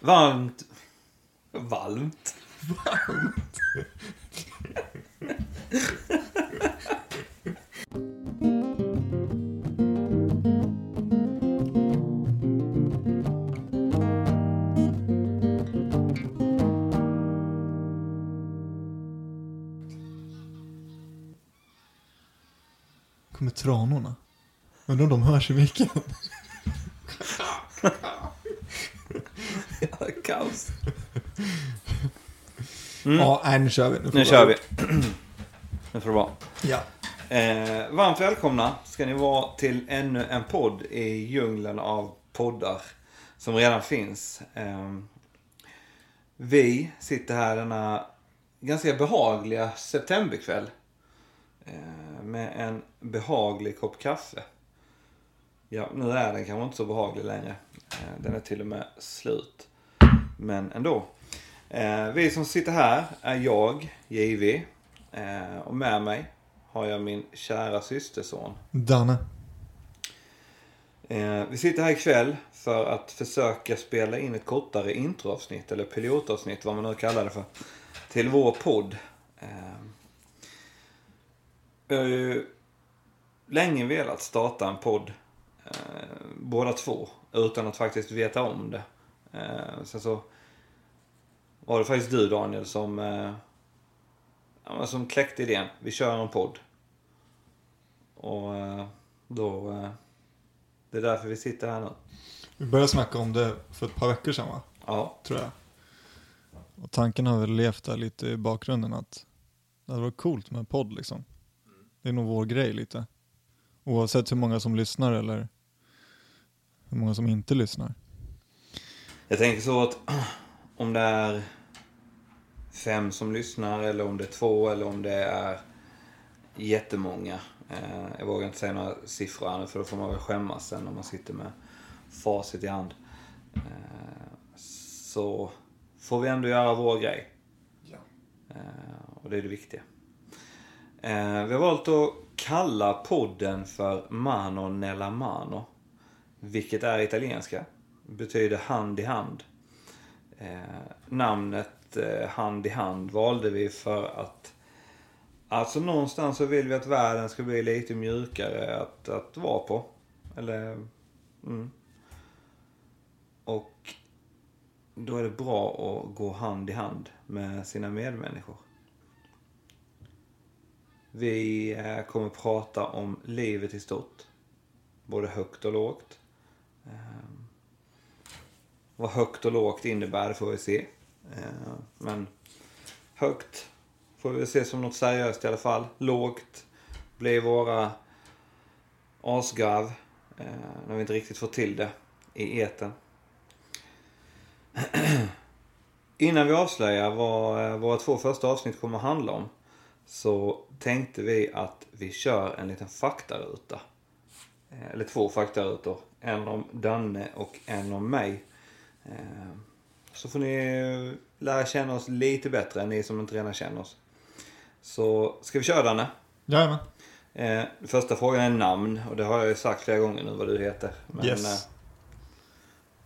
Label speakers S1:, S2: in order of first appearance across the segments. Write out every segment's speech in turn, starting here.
S1: Varmt... Valmt?
S2: Kommer tranorna? Undrar om de hörs i micken?
S1: Ja, kaos.
S2: Ja, nej, nu kör vi. får
S1: Mm. Nu
S2: vi-
S1: kör vi. Nu får det vara.
S2: Ja.
S1: Eh, varmt välkomna ska ni vara till ännu en podd i djungeln av poddar som redan finns. Eh, vi sitter här denna ganska behagliga septemberkväll eh, med en behaglig kopp kaffe. Ja, nu är den kanske inte så behaglig längre. Eh, den är till och med slut. Men ändå. Eh, vi som sitter här är jag, JV. Eh, och med mig har jag min kära systerson.
S2: Danne.
S1: Eh, vi sitter här ikväll för att försöka spela in ett kortare introavsnitt eller pilotavsnitt, vad man nu kallar det för, till vår podd. Eh, vi har ju länge velat starta en podd, eh, båda två, utan att faktiskt veta om det. Eh, sen så var det faktiskt du Daniel som, eh, ja, men som kläckte idén. Vi kör en podd. Och eh, då... Eh, det är därför vi sitter här nu.
S2: Vi började snacka om det för ett par veckor sedan va?
S1: Ja,
S2: Tror jag. Och tanken har väl levt där lite i bakgrunden att det hade varit coolt med en podd liksom. Det är nog vår grej lite. Oavsett hur många som lyssnar eller hur många som inte lyssnar.
S1: jag tänker så att om det är fem som lyssnar eller om det är två eller om det är jättemånga. Eh, jag vågar inte säga några siffror här nu för då får man väl skämmas sen när man sitter med facit i hand. Eh, så får vi ändå göra vår grej. Eh, och det är det viktiga. Eh, vi har valt att kalla podden för Mano Nella Mano. Vilket är italienska. Betyder hand i hand. Eh, namnet eh, hand i hand valde vi för att Alltså någonstans så vill vi att världen ska bli lite mjukare att, att vara på. Eller... Mm. Och då är det bra att gå hand i hand med sina medmänniskor. Vi eh, kommer prata om livet i stort. Både högt och lågt. Ehm, Vad högt och lågt innebär får vi se. Ehm, Men högt får vi se som något seriöst i alla fall. Lågt blir våra asgarv eh, när vi inte riktigt får till det i eten. Innan vi avslöjar vad eh, våra två första avsnitt kommer att handla om så tänkte vi att vi kör en liten faktaruta. Eh, Eller två faktarutor. En om Danne och en om mig. Eh, Så får ni eh, lära känna oss lite bättre, ni som inte redan känner oss. Så ska vi köra Danne?
S2: Jajamän.
S1: Eh, Första frågan är namn och det har jag ju sagt flera gånger nu vad du heter. Men
S2: yes.
S1: eh,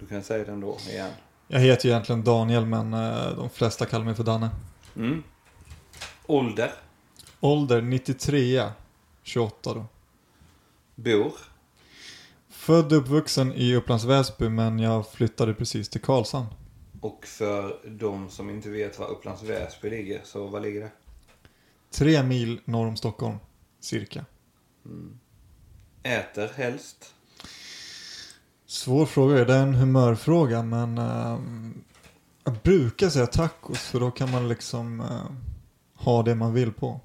S1: du kan säga det ändå igen.
S2: Jag heter ju egentligen Daniel men eh, de flesta kallar mig för Danne.
S1: Mm. Ålder.
S2: Ålder 93, 28 då.
S1: Bor.
S2: Född och uppvuxen i Upplands Väsby men jag flyttade precis till Karlshamn.
S1: Och för de som inte vet var Upplands Väsby ligger, så var ligger det?
S2: Tre mil norr om Stockholm, cirka.
S1: Äter helst.
S2: Svår fråga, är det en humörfråga men ehm, jag brukar säga tacos för då kan man liksom eh, ha det man vill på.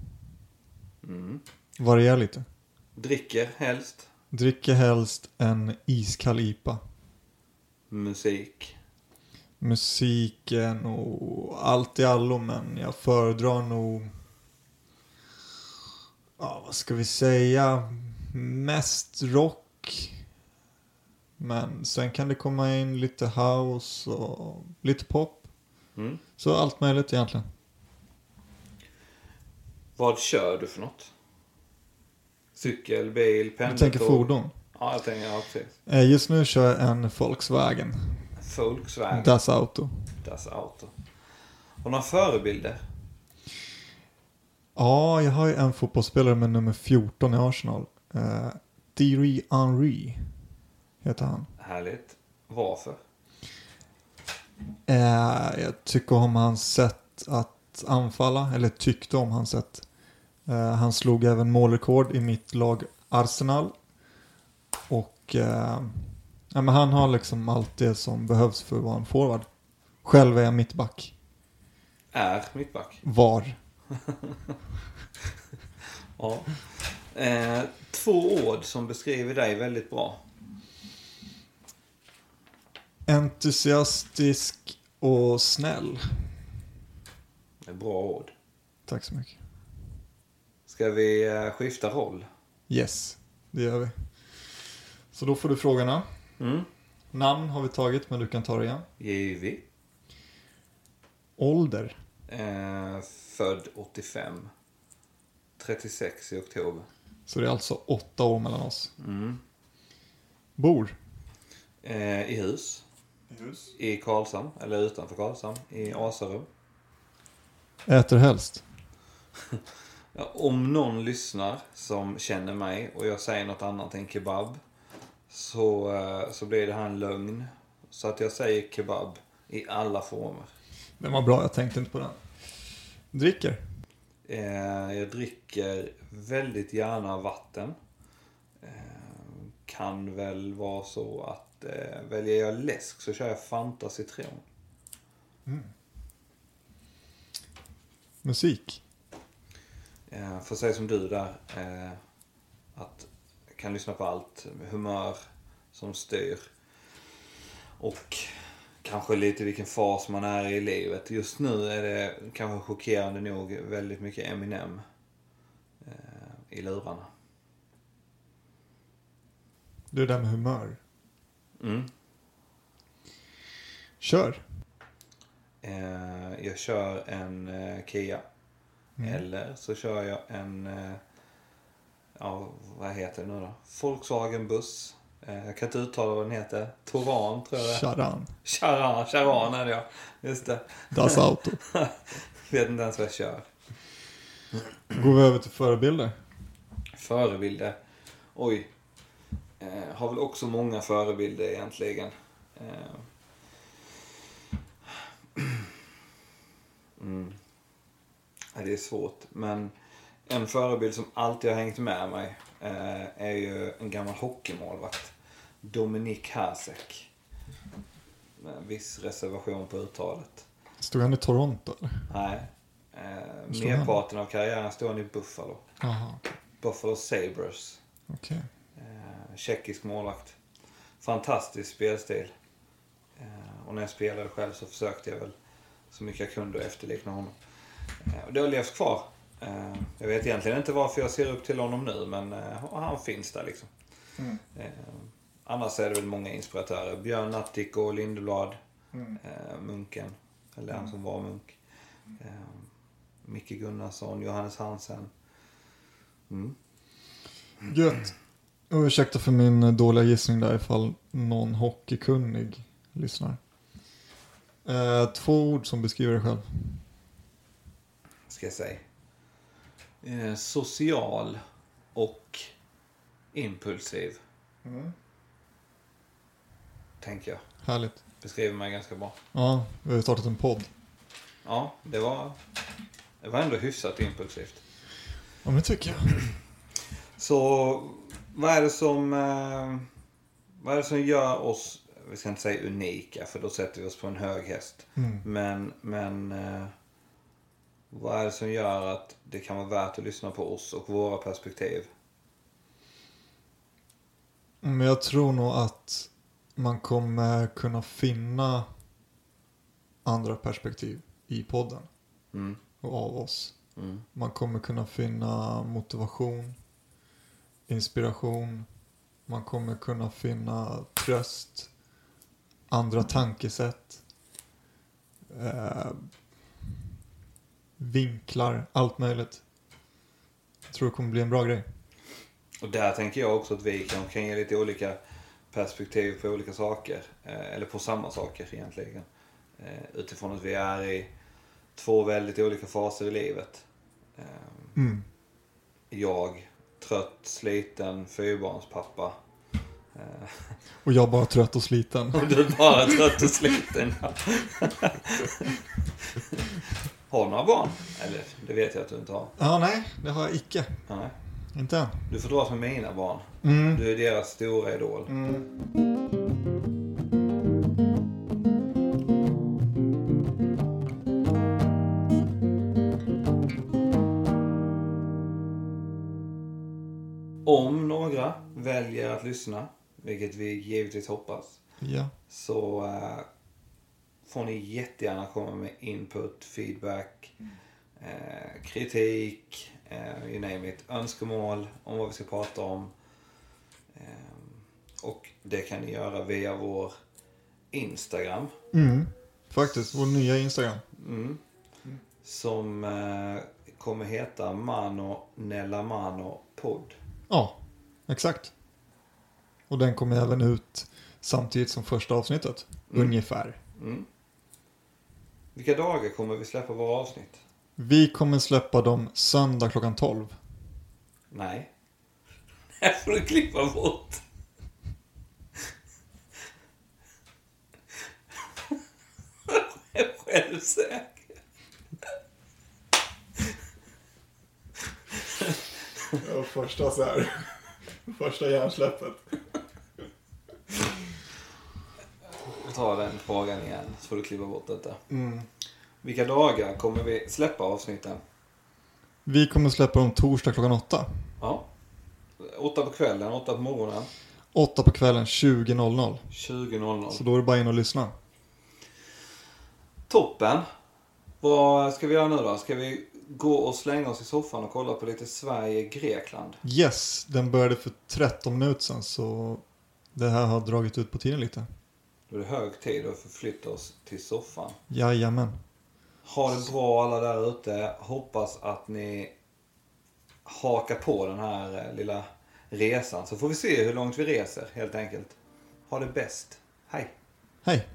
S1: Mm.
S2: Variera lite.
S1: Dricker helst.
S2: Dricker helst en iskall IPA.
S1: Musik.
S2: Musiken och allt i allo men jag föredrar nog... Ja, vad ska vi säga? Mest rock. Men sen kan det komma in lite house och lite pop.
S1: Mm.
S2: Så allt möjligt egentligen.
S1: Vad kör du för något? Cykel, bil,
S2: Du
S1: pendeltåg?
S2: tänker fordon.
S1: Ja, jag tänker, ja precis.
S2: Eh, Just nu kör jag en Volkswagen.
S1: Volkswagen.
S2: Das Auto.
S1: Das Auto. Och några förebilder?
S2: Ja, jag har ju en fotbollsspelare med nummer 14 i Arsenal. Eh, Thierry Henry heter han.
S1: Härligt. Varför?
S2: Eh, jag tycker om hans sätt att anfalla, eller tyckte om hans sätt. Eh, han slog även målrekord i mitt lag Arsenal. Och eh, ja, men han har liksom allt det som behövs för att vara en forward. Själv är jag mittback.
S1: Är mittback?
S2: Var.
S1: Ja. Eh, två ord som beskriver dig väldigt bra.
S2: Entusiastisk och snäll.
S1: Det är Bra ord.
S2: Tack så mycket.
S1: Ska vi eh, skifta roll?
S2: Yes, det gör vi. Så då får du frågorna.
S1: Mm.
S2: Namn har vi tagit, men du kan ta det igen.
S1: JV.
S2: Ålder.
S1: Eh, född 85. 36 i oktober.
S2: Så det är alltså åtta år mellan oss.
S1: Mm.
S2: Bor.
S1: Eh, I hus. I Karlshamn. Eller utanför Karlshamn. I Asarum.
S2: Äter helst.
S1: Ja, om någon lyssnar som känner mig och jag säger något annat än kebab så, eh, så blir det här en lögn. Så att jag säger kebab i alla former.
S2: Den var bra, jag tänkte inte på den. Dricker.
S1: Eh, Jag dricker väldigt gärna vatten. Eh, Kan väl vara så att eh, väljer jag läsk så kör jag Fanta citron.
S2: Musik.
S1: Eh, För sig som du där, eh, att jag kan lyssna på allt. Humör som styr. Och kanske lite vilken fas man är i livet. Just nu är det kanske chockerande nog väldigt mycket Eminem eh, i lurarna.
S2: Det är det där med humör.
S1: Mm.
S2: Kör.
S1: Eh, jag kör en eh, Kia.
S2: Mm.
S1: Eller så kör jag en... Eh, ja, vad heter det nu då? Volkswagen buss. Eh, jag kan inte uttala vad den heter. Toran tror jag det är.
S2: Charan.
S1: Charan, Charan är det ja. Just det.
S2: Das Auto.
S1: Vet inte ens vad jag kör.
S2: Går vi över till förebilder.
S1: Förebilder. Oj. Eh, har väl också många förebilder egentligen. Eh. Mm. Ja, Det är svårt. Men en förebild som alltid har hängt med mig eh, är ju en gammal hockeymålvakt. Dominik Hasek. Med viss reservation på uttalet.
S2: Stod han i Toronto eller?
S1: Nej. Eh,
S2: Slår han?
S1: merparten av karriären står han i Buffalo.
S2: Jaha,
S1: Buffalo Sabres.
S2: okej.
S1: Eh, tjeckisk målvakt. Fantastisk spelstil. Eh, och när jag spelade själv så försökte jag väl så mycket jag kunde att efterlikna honom. Eh, och det har levt kvar. Eh, jag vet egentligen inte varför jag ser upp till honom nu, men eh, han finns där liksom.
S2: Mm.
S1: Eh, annars är det väl många inspiratörer. Björn Natthiko, Lindeblad,
S2: Mm.
S1: eh, Munken. Eller han som var munk. Eh, Micke Gunnarsson, Johannes Hansen. Mm.
S2: Gött. Och ursäkta för min eh, dåliga gissning där ifall någon hockeykunnig lyssnar. Eh, två ord som beskriver dig själv.
S1: ska jag säga. Eh, social och impulsiv, Mm. tänker jag.
S2: Härligt.
S1: Beskriver mig ganska bra.
S2: Ja, vi har ju startat en podd.
S1: Ja, det var, det var ändå hyfsat impulsivt.
S2: Ja, men det tycker jag.
S1: Så vad är det som... Eh, vad är det som gör oss, vi ska inte säga unika, för då sätter vi oss på en hög häst.
S2: Mm.
S1: Men, men... Eh, vad är det som gör att det kan vara värt att lyssna på oss och våra perspektiv?
S2: Men jag tror nog att man kommer kunna finna andra perspektiv i podden
S1: Mm,
S2: och av oss.
S1: mm,
S2: Man kommer kunna finna motivation, inspiration. Man kommer kunna finna tröst, andra tankesätt. Eh, vinklar, allt möjligt. Jag tror det kommer bli en bra grej.
S1: Och där tänker jag också att vi kan, kan ge lite olika perspektiv på olika saker. Eh, eller på samma saker egentligen. Eh, utifrån att vi är i två väldigt olika faser i livet. Eh,
S2: Mm.
S1: jag, trött, sliten, fyrbarnspappa. Eh,
S2: Och jag bara trött och sliten.
S1: Och du bara trött och sliten. har du några barn? Eller det vet jag att du inte har.
S2: Ja, nej, det har jag icke.
S1: Nej.
S2: Inte än.
S1: Du får dras med mina barn.
S2: Mm.
S1: Du är deras stora idol.
S2: Mm.
S1: Om några väljer att lyssna, vilket vi givetvis hoppas,
S2: Ja.
S1: så eh, får ni jättegärna komma med input, feedback, eh, kritik, eh, you name it, önskemål om vad vi ska prata om. Eh, och det kan ni göra via vår Instagram.
S2: Mm. Faktiskt, vår nya Instagram.
S1: Mm. Som eh, kommer heta Mano Nella Mano Podd.
S2: Ja, exakt. Och den kommer även ut samtidigt som första avsnittet.
S1: Mm.
S2: Ungefär.
S1: Mm. Vilka dagar kommer vi släppa våra avsnitt?
S2: Vi kommer släppa dem söndag klockan 12.
S1: Nej. Det får du klippa bort. Jag är självsäker.
S2: Ja, första så här. Första hjärnsläppet.
S1: Jag tar den frågan igen så får du klippa bort detta.
S2: Mm.
S1: Vilka dagar kommer vi släppa avsnitten?
S2: Vi kommer släppa dem torsdag klockan 8.
S1: Ja. Åtta på kvällen, åtta på morgonen.
S2: 8 på kvällen 20.00.
S1: 20.00.
S2: Så då är det bara in och lyssna.
S1: Toppen! Vad ska vi göra nu då? Ska vi gå och slänga oss i soffan och kolla på lite Sverige-Grekland?
S2: Yes, den började för 13 minuter sedan så det här har dragit ut på tiden lite.
S1: Då är det hög tid att förflytta oss till soffan.
S2: Jajamän.
S1: Ha det bra alla där ute. Hoppas att ni hakar på den här eh, lilla resan. Så får vi se hur långt vi reser helt enkelt. Ha det bäst. Hej!
S2: Hej!